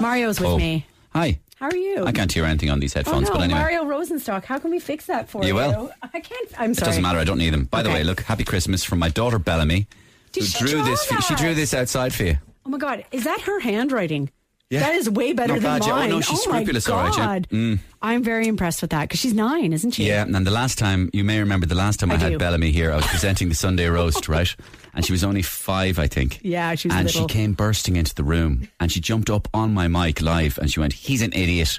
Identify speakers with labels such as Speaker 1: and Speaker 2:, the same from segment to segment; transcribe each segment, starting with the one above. Speaker 1: Mario's with
Speaker 2: Oh.
Speaker 1: me.
Speaker 2: Hi.
Speaker 1: How are you?
Speaker 2: I can't hear anything on these
Speaker 1: Oh
Speaker 2: headphones,
Speaker 1: no,
Speaker 2: but anyway.
Speaker 1: Mario Rosenstock. How can we fix that for
Speaker 2: You
Speaker 1: you?
Speaker 2: will.
Speaker 1: I can't. I'm
Speaker 2: It
Speaker 1: sorry.
Speaker 2: doesn't matter. I don't need them. By the
Speaker 1: Okay.
Speaker 2: way, look, happy Christmas from my daughter Bellamy,
Speaker 1: Did
Speaker 2: who
Speaker 1: she
Speaker 2: drew
Speaker 1: draw
Speaker 2: this. For, she
Speaker 1: that?
Speaker 2: drew this outside for you.
Speaker 1: Oh my god, is that her handwriting?
Speaker 2: Yeah.
Speaker 1: That is way better
Speaker 2: Not
Speaker 1: than
Speaker 2: bad, yeah. Oh,
Speaker 1: mine.
Speaker 2: no, she's
Speaker 1: my
Speaker 2: scrupulous, all right,
Speaker 1: God.
Speaker 2: yeah.
Speaker 1: I'm very impressed with that because she's nine, isn't she?
Speaker 2: Yeah, and the last time you may remember, the last time I,
Speaker 1: I
Speaker 2: had
Speaker 1: do.
Speaker 2: Bellamy here, I was presenting the Sunday roast, right? And she was only five, I think.
Speaker 1: Yeah, she was
Speaker 2: And
Speaker 1: little.
Speaker 2: she came bursting into the room, and she jumped up on my mic live, and she went, "He's an idiot."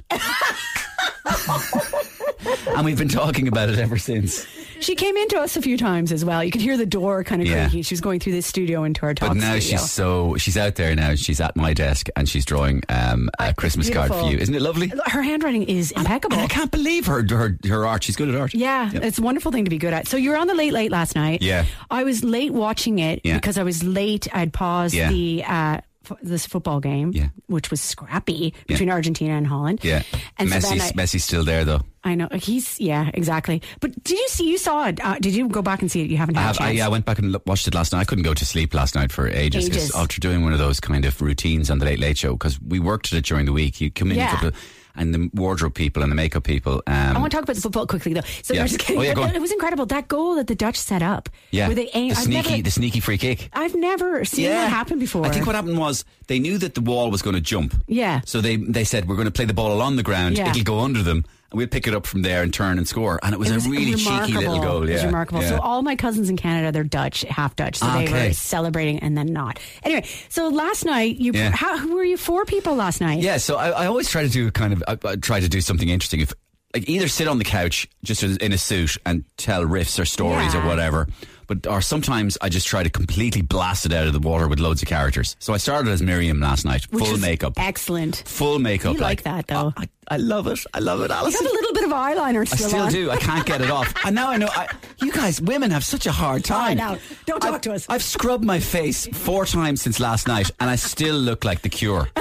Speaker 2: and we've been talking about it ever since.
Speaker 1: She came into us a few times as well. You could hear the door kind of
Speaker 2: Yeah.
Speaker 1: creaking. She was going through this studio into our talk
Speaker 2: But now
Speaker 1: studio.
Speaker 2: she's so she's out there now. She's at my desk and she's drawing um, a Christmas card for
Speaker 1: beautiful.
Speaker 2: you. Isn't it lovely?
Speaker 1: her handwriting is impeccable.
Speaker 2: And I can't believe her her, her art. She's good at art.
Speaker 1: Yeah, it's a wonderful thing to be good at. So you were on the late late last night.
Speaker 2: Yeah.
Speaker 1: I was late watching it
Speaker 2: Yeah.
Speaker 1: because I was late. I'd paused
Speaker 2: Yeah.
Speaker 1: the uh, f- this football game,
Speaker 2: Yeah.
Speaker 1: which was scrappy between Argentina and Holland.
Speaker 2: Yeah.
Speaker 1: and so then
Speaker 2: Messi's,
Speaker 1: I,
Speaker 2: Messi's still there though.
Speaker 1: I know he's yeah exactly. But did you see? You saw it? Uh, did you go back and see it? You haven't
Speaker 2: I,
Speaker 1: had
Speaker 2: have,
Speaker 1: a
Speaker 2: I,
Speaker 1: chance.
Speaker 2: yeah, I went back and lo- watched it last night. I couldn't go to sleep last night for ages because
Speaker 1: Ages.
Speaker 2: after doing one of those kind of routines on the Late Late Show, because we worked at it during the week, you come in
Speaker 1: Yeah.
Speaker 2: a couple of, and the wardrobe people and the makeup people.
Speaker 1: I
Speaker 2: Um,
Speaker 1: want to talk about the football quickly though. So
Speaker 2: Yeah.
Speaker 1: I'm just kidding.
Speaker 2: Oh, yeah, go
Speaker 1: But
Speaker 2: on.
Speaker 1: it was incredible that goal that the Dutch set up.
Speaker 2: yeah,
Speaker 1: where they aim.
Speaker 2: the
Speaker 1: I've
Speaker 2: sneaky,
Speaker 1: never,
Speaker 2: the sneaky free kick.
Speaker 1: I've never seen that happen before.
Speaker 2: I think what happened was they knew that the wall was going to jump.
Speaker 1: Yeah.
Speaker 2: So they they said we're going to play the ball along the ground.
Speaker 1: Yeah.
Speaker 2: It'll go under them, and we'll pick it up from there and turn and score. And it was,
Speaker 1: It was
Speaker 2: a really cheeky little
Speaker 1: remarkable.
Speaker 2: goal.
Speaker 1: It
Speaker 2: Yeah.
Speaker 1: was remarkable.
Speaker 2: Yeah.
Speaker 1: So all my cousins in Canada, they're Dutch, half Dutch, so they
Speaker 2: Okay.
Speaker 1: were celebrating and then not. Anyway, so last night you
Speaker 2: Yeah.
Speaker 1: how who were you four people last night?
Speaker 2: Yeah, so I, I always try to do kind of I, I try to do something interesting. If like either sit on the couch just in a suit and tell riffs or stories
Speaker 1: Yeah.
Speaker 2: or whatever, but or sometimes I just try to completely blast it out of the water with loads of characters. So I started as Miriam last night,
Speaker 1: Which
Speaker 2: full
Speaker 1: was
Speaker 2: makeup,
Speaker 1: Excellent.
Speaker 2: full makeup.
Speaker 1: You like that, though.
Speaker 2: I, I love it. I love it,
Speaker 1: You
Speaker 2: Alison.
Speaker 1: have a little bit of eyeliner
Speaker 2: I
Speaker 1: still,
Speaker 2: still
Speaker 1: on.
Speaker 2: do. I can't get it off. And now I know. I, you guys, women have such a hard time.
Speaker 1: Oh, I know. Don't talk
Speaker 2: I've-
Speaker 1: to us.
Speaker 2: I've scrubbed my face four times since last night, and I still look like the cure.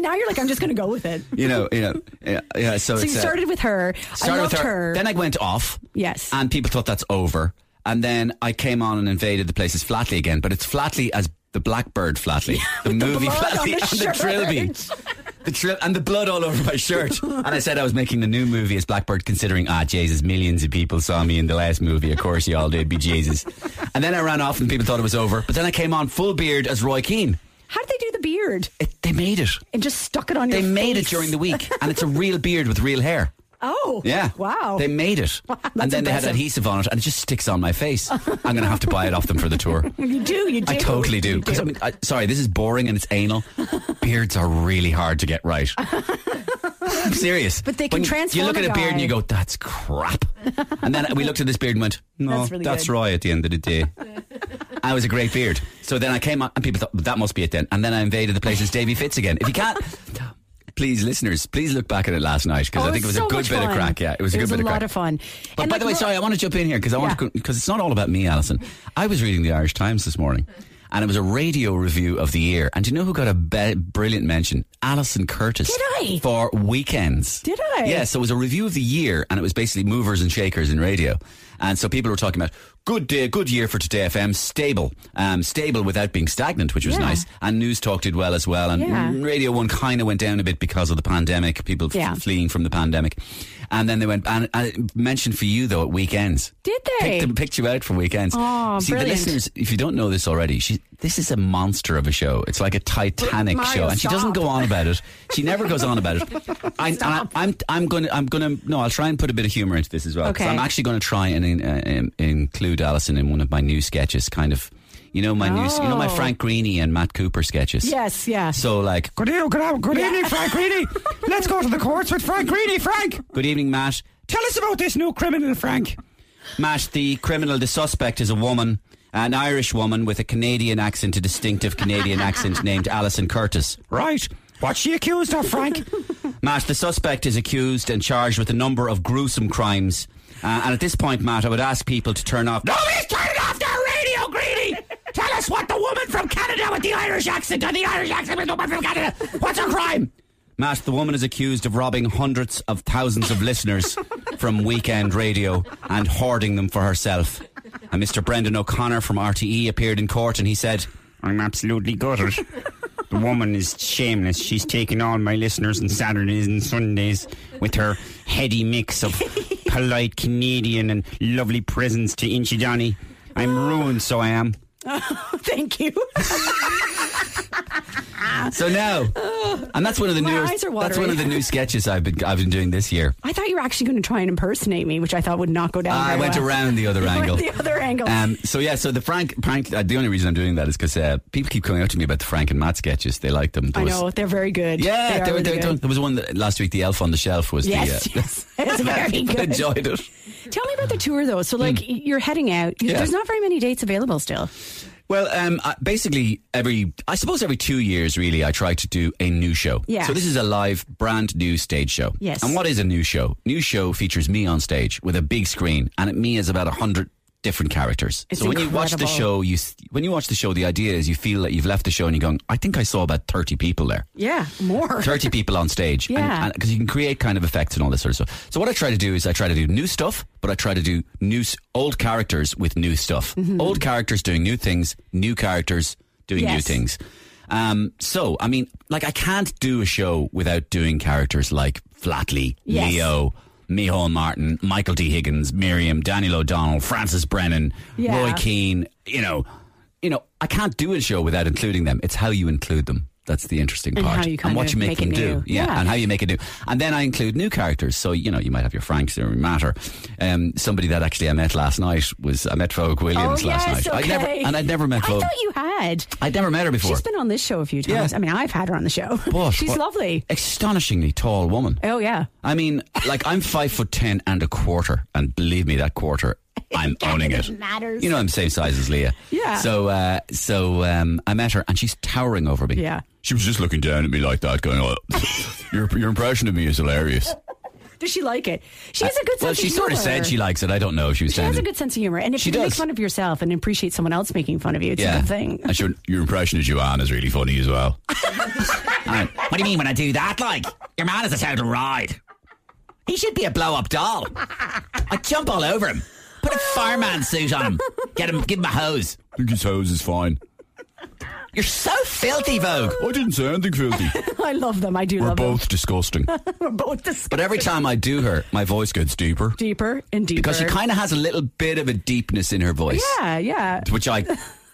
Speaker 1: now you're like, I'm just going to go with it.
Speaker 2: You know, you know, yeah. yeah so
Speaker 1: So you
Speaker 2: it's, uh,
Speaker 1: started with her. I
Speaker 2: started
Speaker 1: loved
Speaker 2: with her,
Speaker 1: her.
Speaker 2: Then I went off.
Speaker 1: Yes.
Speaker 2: And people thought that's over. And then I came on and invaded the places flatly again, but it's flatly as the Blackbird flatly, the movie
Speaker 1: blood on
Speaker 2: flatly,
Speaker 1: the shirt.
Speaker 2: and the trilby. The trill and the blood all over my shirt. And I said I was making the new movie as Blackbird, considering, ah, Jesus, millions of people saw me in the last movie. Of course, you all did, be Jesus. And then I ran off and people thought it was over. But then I came on full beard as Roy Keane.
Speaker 1: how did they do the beard?
Speaker 2: It, they made it.
Speaker 1: And just stuck it on
Speaker 2: They
Speaker 1: your
Speaker 2: made it
Speaker 1: face?
Speaker 2: during the week. And it's a real beard with real hair.
Speaker 1: Oh.
Speaker 2: Yeah.
Speaker 1: Wow.
Speaker 2: They made it. and then they had
Speaker 1: impressive.
Speaker 2: adhesive on it and it just sticks on my face. I'm going to have to buy it off them for the tour.
Speaker 1: you do. You do.
Speaker 2: I totally do.
Speaker 1: You
Speaker 2: 'Cause, I mean, I- sorry, this is boring and it's anal. Beards are really hard to get right. I'm serious.
Speaker 1: But they can
Speaker 2: When
Speaker 1: transform
Speaker 2: You look
Speaker 1: a
Speaker 2: at a beard and
Speaker 1: guy.
Speaker 2: you go, that's crap. And then we looked at this beard and went, no,
Speaker 1: That's
Speaker 2: that's,
Speaker 1: really good."
Speaker 2: Roy at the end of the day. I was a great beard. So then I came on and people thought, that must be it then. And then I invaded the place as Davy Fitz again. If you can't. Please, listeners, please look back at it last night because
Speaker 1: Oh,
Speaker 2: I think it was
Speaker 1: so
Speaker 2: a good
Speaker 1: much
Speaker 2: bit of
Speaker 1: fun.
Speaker 2: crack. Yeah, it was a good bit of
Speaker 1: lot
Speaker 2: crack.
Speaker 1: of fun.
Speaker 2: But
Speaker 1: And
Speaker 2: by
Speaker 1: like,
Speaker 2: the way,
Speaker 1: look-
Speaker 2: sorry, I want to jump in here because I want
Speaker 1: Yeah.
Speaker 2: to because it's not all about me, Alison. I was reading the Irish Times this morning, and it was a radio review of the year. And do you know who got a be- brilliant mention? Alison Curtis.
Speaker 1: Did I?
Speaker 2: for weekends?
Speaker 1: Did I?
Speaker 2: Yeah. So it was a review of the year, and it was basically movers and shakers in radio. And so people were talking about good day, good year for today FM, stable, um, stable without being stagnant, which was
Speaker 1: Yeah.
Speaker 2: nice. And News Talk did well as well, and mm,
Speaker 1: Yeah.
Speaker 2: Radio One kind of went down a bit because of the pandemic. People f-
Speaker 1: Yeah.
Speaker 2: fleeing from the pandemic. And then they went and I mentioned for you though at weekends.
Speaker 1: Did they?
Speaker 2: Picked, them- picked you out for weekends.
Speaker 1: Aw,
Speaker 2: See
Speaker 1: brilliant.
Speaker 2: the listeners, if you don't know this already, she this is a monster of a show. It's like a Titanic
Speaker 1: Mario,
Speaker 2: show, and she doesn't
Speaker 1: stop.
Speaker 2: go on about it. She never goes on about it. I, and I, I'm I'm gonna I'm gonna no, I'll try and put a bit of humor into this as well. 'cause
Speaker 1: Okay.
Speaker 2: I'm actually going to try and in, uh, in, include Alison in one of my new sketches, kind of. You know my new, you know my
Speaker 1: Oh.
Speaker 2: Frank Greeny and Matt Cooper sketches.
Speaker 1: Yes, yeah.
Speaker 2: So like, good evening, good, good evening, Frank Greeny. Let's go to the courts with Frank Greeny. Frank. Good evening, Matt. Tell us about this new criminal, Frank. Matt, the criminal, the suspect is a woman, an Irish woman with a Canadian accent, a distinctive Canadian accent, named Alison Curtis. Right. What's she accused of, Frank? Matt, the suspect is accused and charged with a number of gruesome crimes. Uh, and at this point, Matt, I would ask people to turn off. Nobody's turning off their radio, Greeny! Tell us what the woman from Canada with the Irish accent or the Irish accent with the woman from Canada. What's her crime? Matt, the woman is accused of robbing hundreds of thousands of listeners from weekend radio and hoarding them for herself. E And Mr. Brendan O'Connor from RTE appeared in court and he said, I'm absolutely gutted. The woman is shameless. She's taken all my listeners on Saturdays and Sundays with her heady mix of polite Canadian and lovely presents to Inchidani. I'm ruined, so I am.
Speaker 1: Thank you.
Speaker 3: So now, and that's one of the
Speaker 1: My
Speaker 3: new
Speaker 1: eyes are
Speaker 3: that's one
Speaker 1: watering.
Speaker 3: of the new sketches I've been I've been doing this year.
Speaker 1: I thought you were actually going to try and impersonate me, which I thought would not go down.
Speaker 3: I
Speaker 1: very
Speaker 3: went
Speaker 1: well.
Speaker 3: around the other
Speaker 1: You Oh, went
Speaker 3: angle.
Speaker 1: the other angle.
Speaker 3: Um, so yeah, so the Frank, Frank. Uh, the only reason I'm doing that is because uh, people keep coming up to me about the Frank and Matt sketches. They like them. There
Speaker 1: I
Speaker 3: was-
Speaker 1: know they're very good.
Speaker 3: Yeah,
Speaker 1: they are
Speaker 3: they were-
Speaker 1: really
Speaker 3: they were
Speaker 1: good.
Speaker 3: done- there was one that last week. The Elf on the Shelf was
Speaker 1: Yes,
Speaker 3: the.
Speaker 1: yes, it's very
Speaker 3: Uh,
Speaker 1: good.
Speaker 3: enjoyed it.
Speaker 1: Tell me about the tour though. So, like, y- you're heading out. You-
Speaker 3: Hmm. Yeah.
Speaker 1: There's not very many dates available still.
Speaker 3: Well, um, I- basically every I suppose every two years, really, I try to do a new show.
Speaker 1: Yeah.
Speaker 3: So this is a live, brand new stage show.
Speaker 1: Yes.
Speaker 3: And what is a new show? New show features me on stage with a big screen, and it, me is about a hundred different characters.
Speaker 1: It's
Speaker 3: so when you watch the
Speaker 1: incredible.
Speaker 3: show, you s- when you watch the show, the idea is you feel that you've left the show and you're going, I think I saw about thirty people there.
Speaker 1: Yeah, more.
Speaker 3: 30 people on stage.
Speaker 1: Yeah.
Speaker 3: Because you can create kind of effects and all this sort of stuff. So, what I try to do is I try to do new stuff, but I try to do new, s- old characters with new stuff.
Speaker 1: Mm-hmm.
Speaker 3: Old characters doing new things, new characters doing new
Speaker 1: Yes.
Speaker 3: things. Um, so, I mean, like, I can't do a show without doing characters like Flatley,
Speaker 1: Yes.
Speaker 3: Leo, Michal Martin, Michael D. Higgins, Miriam, Daniel O'Donnell, Francis Brennan,
Speaker 1: Yeah.
Speaker 3: Roy Keane, you know. You know, I can't do a show without including them. It's how you include them. That's the interesting
Speaker 1: And
Speaker 3: part.
Speaker 1: how you
Speaker 3: and
Speaker 1: kind
Speaker 3: what
Speaker 1: of
Speaker 3: you make,
Speaker 1: make
Speaker 3: them
Speaker 1: it
Speaker 3: do.
Speaker 1: new.
Speaker 3: Yeah.
Speaker 1: Yeah.
Speaker 3: And how you make it new. And then I include new characters. So, you know, you might have your Franks or Matter. Um, somebody that actually I met last night was, I met Vogue Williams
Speaker 1: oh
Speaker 3: last
Speaker 1: yes,
Speaker 3: night.
Speaker 1: okay.
Speaker 3: I never, and I'd never met
Speaker 1: I
Speaker 3: Vogue.
Speaker 1: thought you had.
Speaker 3: I'd never met her before.
Speaker 1: She's been on this show a few times.
Speaker 3: Yeah.
Speaker 1: I mean, I've had her on the show.
Speaker 3: But-
Speaker 1: She's
Speaker 3: but-
Speaker 1: lovely.
Speaker 3: Astonishingly tall woman.
Speaker 1: Oh yeah.
Speaker 3: I mean, like I'm five foot ten and a quarter, and believe me, that quarter, I'm owning it.
Speaker 1: matters.
Speaker 3: You know, I'm same size as Leah.
Speaker 1: Yeah.
Speaker 3: So, uh, so um, I met her, and she's towering over me.
Speaker 1: Yeah.
Speaker 3: She was just looking down at me like that, going, oh, "Your your impression of me is hilarious."
Speaker 1: Does she like it? She has a good sense
Speaker 3: well,
Speaker 1: of
Speaker 3: she
Speaker 1: humor.
Speaker 3: sort of said she likes it. I don't know if she was
Speaker 1: She
Speaker 3: saying.
Speaker 1: has a good sense of humor, and if
Speaker 3: She
Speaker 1: you make
Speaker 3: does.
Speaker 1: fun of yourself and appreciate someone else making fun of you, it's a
Speaker 3: yeah.
Speaker 1: good thing.
Speaker 3: And she, your impression of Joanne is really funny as well. what do you mean when I do that? Like your man is a total ride. He should be a blow-up doll. I'd jump all over him. Put a fireman suit on him. Get him. Give him a hose.
Speaker 4: think his hose is fine.
Speaker 3: You're so filthy, Vogue.
Speaker 4: I didn't say anything filthy.
Speaker 1: I love them. I do
Speaker 4: We're
Speaker 1: love them.
Speaker 4: both disgusting.
Speaker 1: We're both dis-
Speaker 3: But every time I do her, my voice gets deeper
Speaker 1: deeper and deeper.
Speaker 3: because she kind of has a little bit of a deepness in her voice,
Speaker 1: Yeah, yeah.
Speaker 3: which I,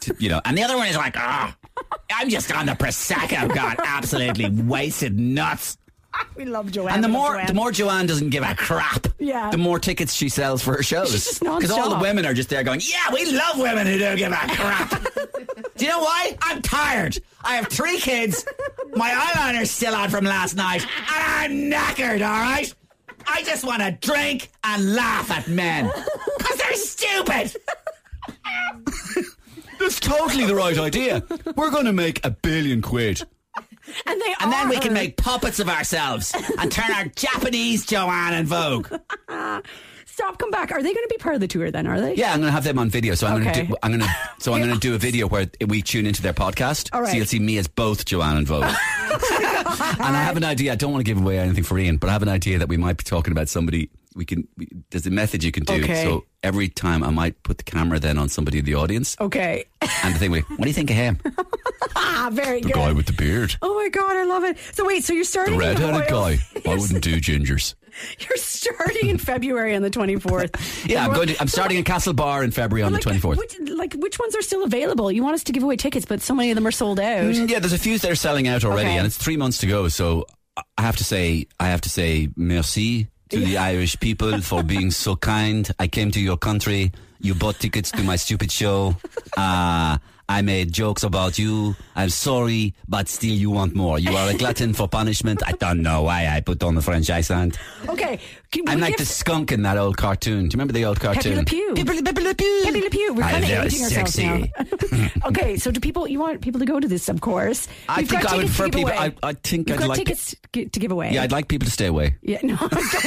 Speaker 3: t- you know. And the other one is like, ah, I'm just on the prosecco, got absolutely wasted nuts.
Speaker 1: We love Joanne.
Speaker 3: And the
Speaker 1: we love
Speaker 3: more
Speaker 1: Joanne.
Speaker 3: the more Joanne doesn't give a crap,
Speaker 1: Yeah.
Speaker 3: the more tickets she sells for her
Speaker 1: She's
Speaker 3: shows.
Speaker 1: just
Speaker 3: all the
Speaker 1: nonstop.
Speaker 3: women are just there going, "Yeah, we love women who don't give a crap." Do you know why? I'm tired. I have three kids. My eyeliner's still on from last night, and I'm knackered. All right. I just want to drink and laugh at men because they're stupid. That's totally the right idea.
Speaker 4: We're going to make a billion quid.
Speaker 1: and they
Speaker 3: And then we can
Speaker 1: are.
Speaker 3: make puppets of ourselves and turn our Japanese Joanne and Vogue.
Speaker 1: stop. Come back. Are they going to be part of the tour? Then are they?
Speaker 3: Yeah, I'm going to have them on video. So I'm going to
Speaker 1: Okay.
Speaker 3: do, I'm going to so I'm going to do a video where we tune into their podcast.
Speaker 1: All right.
Speaker 3: So you'll see me as both Joanne and Vogue. and I have an idea. I don't want to give away anything for Ian, but I have an idea that we might be talking about somebody. We can we, there's a method you can do.
Speaker 1: Okay.
Speaker 3: So every time I might put the camera then on somebody in the audience,
Speaker 1: Okay.
Speaker 3: and the thing, what do you think of him?
Speaker 1: ah, very
Speaker 4: The
Speaker 1: good.
Speaker 4: guy with the beard.
Speaker 1: Oh my god, I love it. So wait, so you're starting
Speaker 4: The
Speaker 1: in
Speaker 4: red-headed
Speaker 1: Royal-
Speaker 4: guy. I wouldn't do gingers.
Speaker 1: You're starting in February on the 24th.
Speaker 3: Yeah, I'm
Speaker 1: Well,
Speaker 3: going. To, I'm starting in Castle Bar in February on
Speaker 1: like,
Speaker 3: the 24th.
Speaker 1: Which, like which ones are still available? You want us to give away tickets, but so many of them are sold out.
Speaker 3: Mm, yeah, there's a few that are selling out already,
Speaker 1: Okay.
Speaker 3: and it's three months to go. So I have to say, I have to say, merci to the Irish people for being so kind. I came to your country. You bought tickets to my stupid show. Uh, I made jokes about you. I'm sorry, but still, you want more. You are a glutton for punishment. I don't know why I put on the French accent.
Speaker 1: Okay, can
Speaker 3: I'm
Speaker 1: we
Speaker 3: like
Speaker 1: give
Speaker 3: the skunk in that old cartoon. Do you remember the old cartoon?
Speaker 1: Le Pew.
Speaker 3: Pepe Le- Pepe Le Pew.
Speaker 1: Pepe Le Pew. We're
Speaker 3: I'm
Speaker 1: kind of
Speaker 3: very
Speaker 1: aging ourselves
Speaker 3: sexy.
Speaker 1: now. okay, so do people? You want people to go to this? Of course.
Speaker 3: I
Speaker 1: We've
Speaker 3: think
Speaker 1: got
Speaker 3: I would
Speaker 1: tickets to
Speaker 3: prefer
Speaker 1: give
Speaker 3: people-
Speaker 1: away.
Speaker 3: I- I think
Speaker 1: We've
Speaker 3: I'd
Speaker 1: got
Speaker 3: like pe-
Speaker 1: tickets to, to give away.
Speaker 3: Yeah, I'd like people to stay away.
Speaker 1: Yeah, no, don't.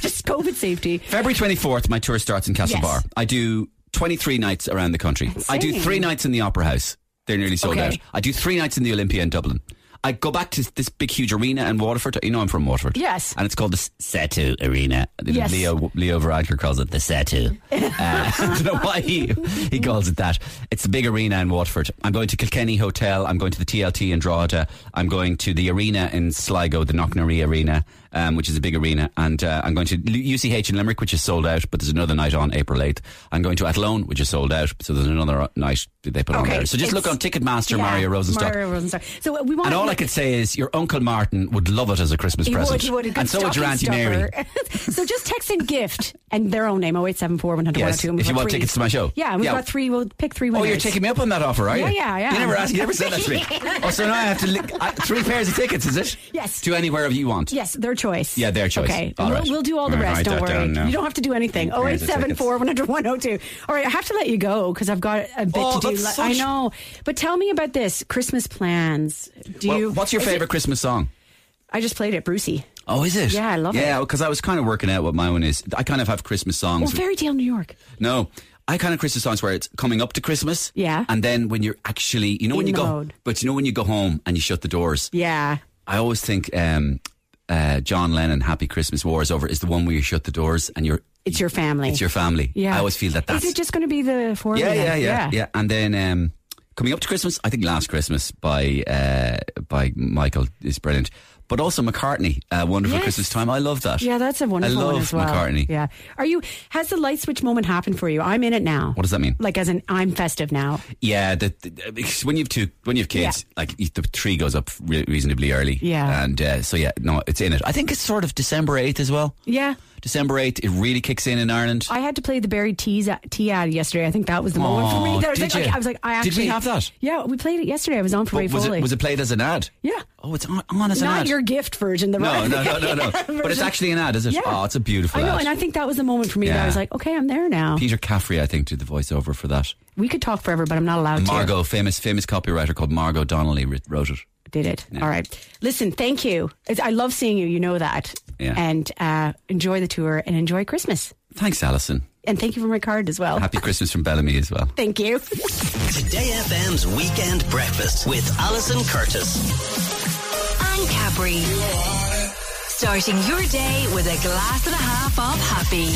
Speaker 1: just COVID safety.
Speaker 3: February 24th, my tour starts in Castlebar.
Speaker 1: Yes.
Speaker 3: I do 23 nights around the country. I do
Speaker 1: Insane.
Speaker 3: three nights in the Opera House. They're nearly sold
Speaker 1: Okay.
Speaker 3: out. I do three nights in the Olympia in Dublin. I go back to this big, huge arena in Waterford. You know I'm from Waterford.
Speaker 1: Yes.
Speaker 3: And it's called the S- Setu Arena.
Speaker 1: Yes.
Speaker 3: Leo, Leo Varadkar calls it the Setu. Uh, I don't know why he, he calls it that. It's a big arena in Waterford. I'm going to Kilkenny Hotel. I'm going to the TLT in Drogheda. I'm going to the arena in Sligo, the Knocknarea Arena, um, which is a big arena. And uh, I'm going to L- UCH in Limerick, which is sold out, but there's another night on April 8th. I'm going to Athlone, which is sold out. So there's another night that they put on
Speaker 1: Okay,
Speaker 3: there. So just look
Speaker 1: it's-
Speaker 3: on Ticketmaster, Mario Rosenstock.
Speaker 1: Mario Rosenstock. So uh, we want
Speaker 3: And all I could say is your Uncle Martin would love it as a Christmas
Speaker 1: He
Speaker 3: present.
Speaker 1: would, he would. A good
Speaker 3: and so would your Auntie
Speaker 1: stocking
Speaker 3: Mary.
Speaker 1: stuffer. so just text in gift and their own name, 0874 100
Speaker 3: Yes, if you want tickets to my show.
Speaker 1: Yeah, we've
Speaker 3: Yeah.
Speaker 1: got three. We'll pick three
Speaker 3: Oh,
Speaker 1: winners.
Speaker 3: you're taking me up on that offer, are you?
Speaker 1: Yeah, yeah, yeah.
Speaker 3: You never asked, you never said that to me. oh, so now I have to lick, I, three pairs of tickets, is it?
Speaker 1: Yes.
Speaker 3: To anywhere you want.
Speaker 1: Yes, their choice.
Speaker 3: Yeah, their choice.
Speaker 1: Okay,
Speaker 3: All
Speaker 1: we'll,
Speaker 3: right.
Speaker 1: we'll do all the
Speaker 5: All right,
Speaker 1: rest.
Speaker 5: write
Speaker 1: Don't
Speaker 5: that
Speaker 1: worry.
Speaker 5: down now.
Speaker 1: You don't have to do anything. Oh eight
Speaker 3: Here's the
Speaker 1: seven four one hundred one zero two. All right, I have to let you go because I've got a bit
Speaker 3: Oh,
Speaker 1: to do.
Speaker 3: that's
Speaker 1: I
Speaker 3: such-
Speaker 1: know, but tell me about this Christmas plans. Do
Speaker 3: Well,
Speaker 1: you?
Speaker 3: what's your
Speaker 1: is it-
Speaker 3: favourite Christmas song?
Speaker 1: I just played it, Brucey.
Speaker 3: Oh, is it?
Speaker 1: Yeah, I love it.
Speaker 3: Yeah, because I was kind of working out what my one is. I kind of have Christmas
Speaker 1: Oh,
Speaker 3: songs.
Speaker 1: Fairy Tale New York.
Speaker 3: No, I kind of Christmas songs where it's coming up to Christmas.
Speaker 1: Yeah.
Speaker 3: And then when you're actually, you know, when
Speaker 1: In
Speaker 3: you
Speaker 1: the
Speaker 3: go,
Speaker 1: mode.
Speaker 3: but you know, when you go home and you shut the doors.
Speaker 1: Yeah.
Speaker 3: I always think um, uh, John Lennon, Happy Christmas, War is Over, is the one where you shut the doors and you're.
Speaker 1: It's your family.
Speaker 3: It's your family.
Speaker 1: Yeah.
Speaker 3: I always feel that that's.
Speaker 1: Is it just going to be the four? of
Speaker 3: yeah,
Speaker 1: you
Speaker 3: yeah, yeah,
Speaker 1: then?
Speaker 3: yeah, And then um, coming up to Christmas, I think Last Christmas by uh, by Michael is brilliant. But also McCartney, uh, Wonderful
Speaker 1: Yes.
Speaker 3: Christmas Time. I love that.
Speaker 1: Yeah, that's a wonderful
Speaker 3: I love
Speaker 1: one as well.
Speaker 3: McCartney.
Speaker 1: Yeah. Are you has the light switch moment happened for you? I'm in it now.
Speaker 3: What does that mean?
Speaker 1: Like as in I'm festive now.
Speaker 3: Yeah, the, the, because when you have two, when you have kids, like you- the tree goes up re- reasonably early.
Speaker 1: Yeah.
Speaker 3: and uh, so yeah, no, it's in it. I think it's sort of December eighth as well.
Speaker 1: Yeah.
Speaker 3: December eighth, it really kicks in in Ireland.
Speaker 1: I had to play the Barry Teas tea ad yesterday. I think that was the moment for me.
Speaker 3: Oh,
Speaker 1: That I was
Speaker 3: did
Speaker 1: like,
Speaker 3: you?
Speaker 1: I was like, I
Speaker 3: Did
Speaker 1: actually
Speaker 3: we have that?
Speaker 1: Yeah, we played it yesterday. I was on for Ray
Speaker 3: But was
Speaker 1: Foley.
Speaker 3: it was it played as an ad?
Speaker 1: yeah.
Speaker 3: Oh, it's on, on as an
Speaker 1: Not
Speaker 3: ad.
Speaker 1: your gift version, the
Speaker 3: no,
Speaker 1: right-
Speaker 3: no, no, no, no. but it's
Speaker 1: version.
Speaker 3: actually an ad, is it?
Speaker 1: Yeah.
Speaker 3: Oh, it's a beautiful
Speaker 1: I know,
Speaker 3: ad.
Speaker 1: and I think that was the moment for me that
Speaker 3: Yeah.
Speaker 1: I was like, okay, I'm there now.
Speaker 3: Peter Caffrey, I think, did the voiceover for that.
Speaker 1: we could talk forever, but I'm not allowed to.
Speaker 3: Margot, famous famous copywriter called Margot Donnelly writ- wrote it.
Speaker 1: Did it. All right. Listen, thank you. It's, I love seeing you. You know that.
Speaker 3: Yeah.
Speaker 1: And uh, enjoy the tour and enjoy Christmas.
Speaker 3: Thanks, Alison.
Speaker 1: And thank you for my card as well.
Speaker 3: Happy Christmas from Bellamy as well.
Speaker 1: Thank you.
Speaker 6: Today FM's Weekend Breakfast with Alison Curtis.
Speaker 7: Anne Capri. Starting your day with a glass and a half of happy.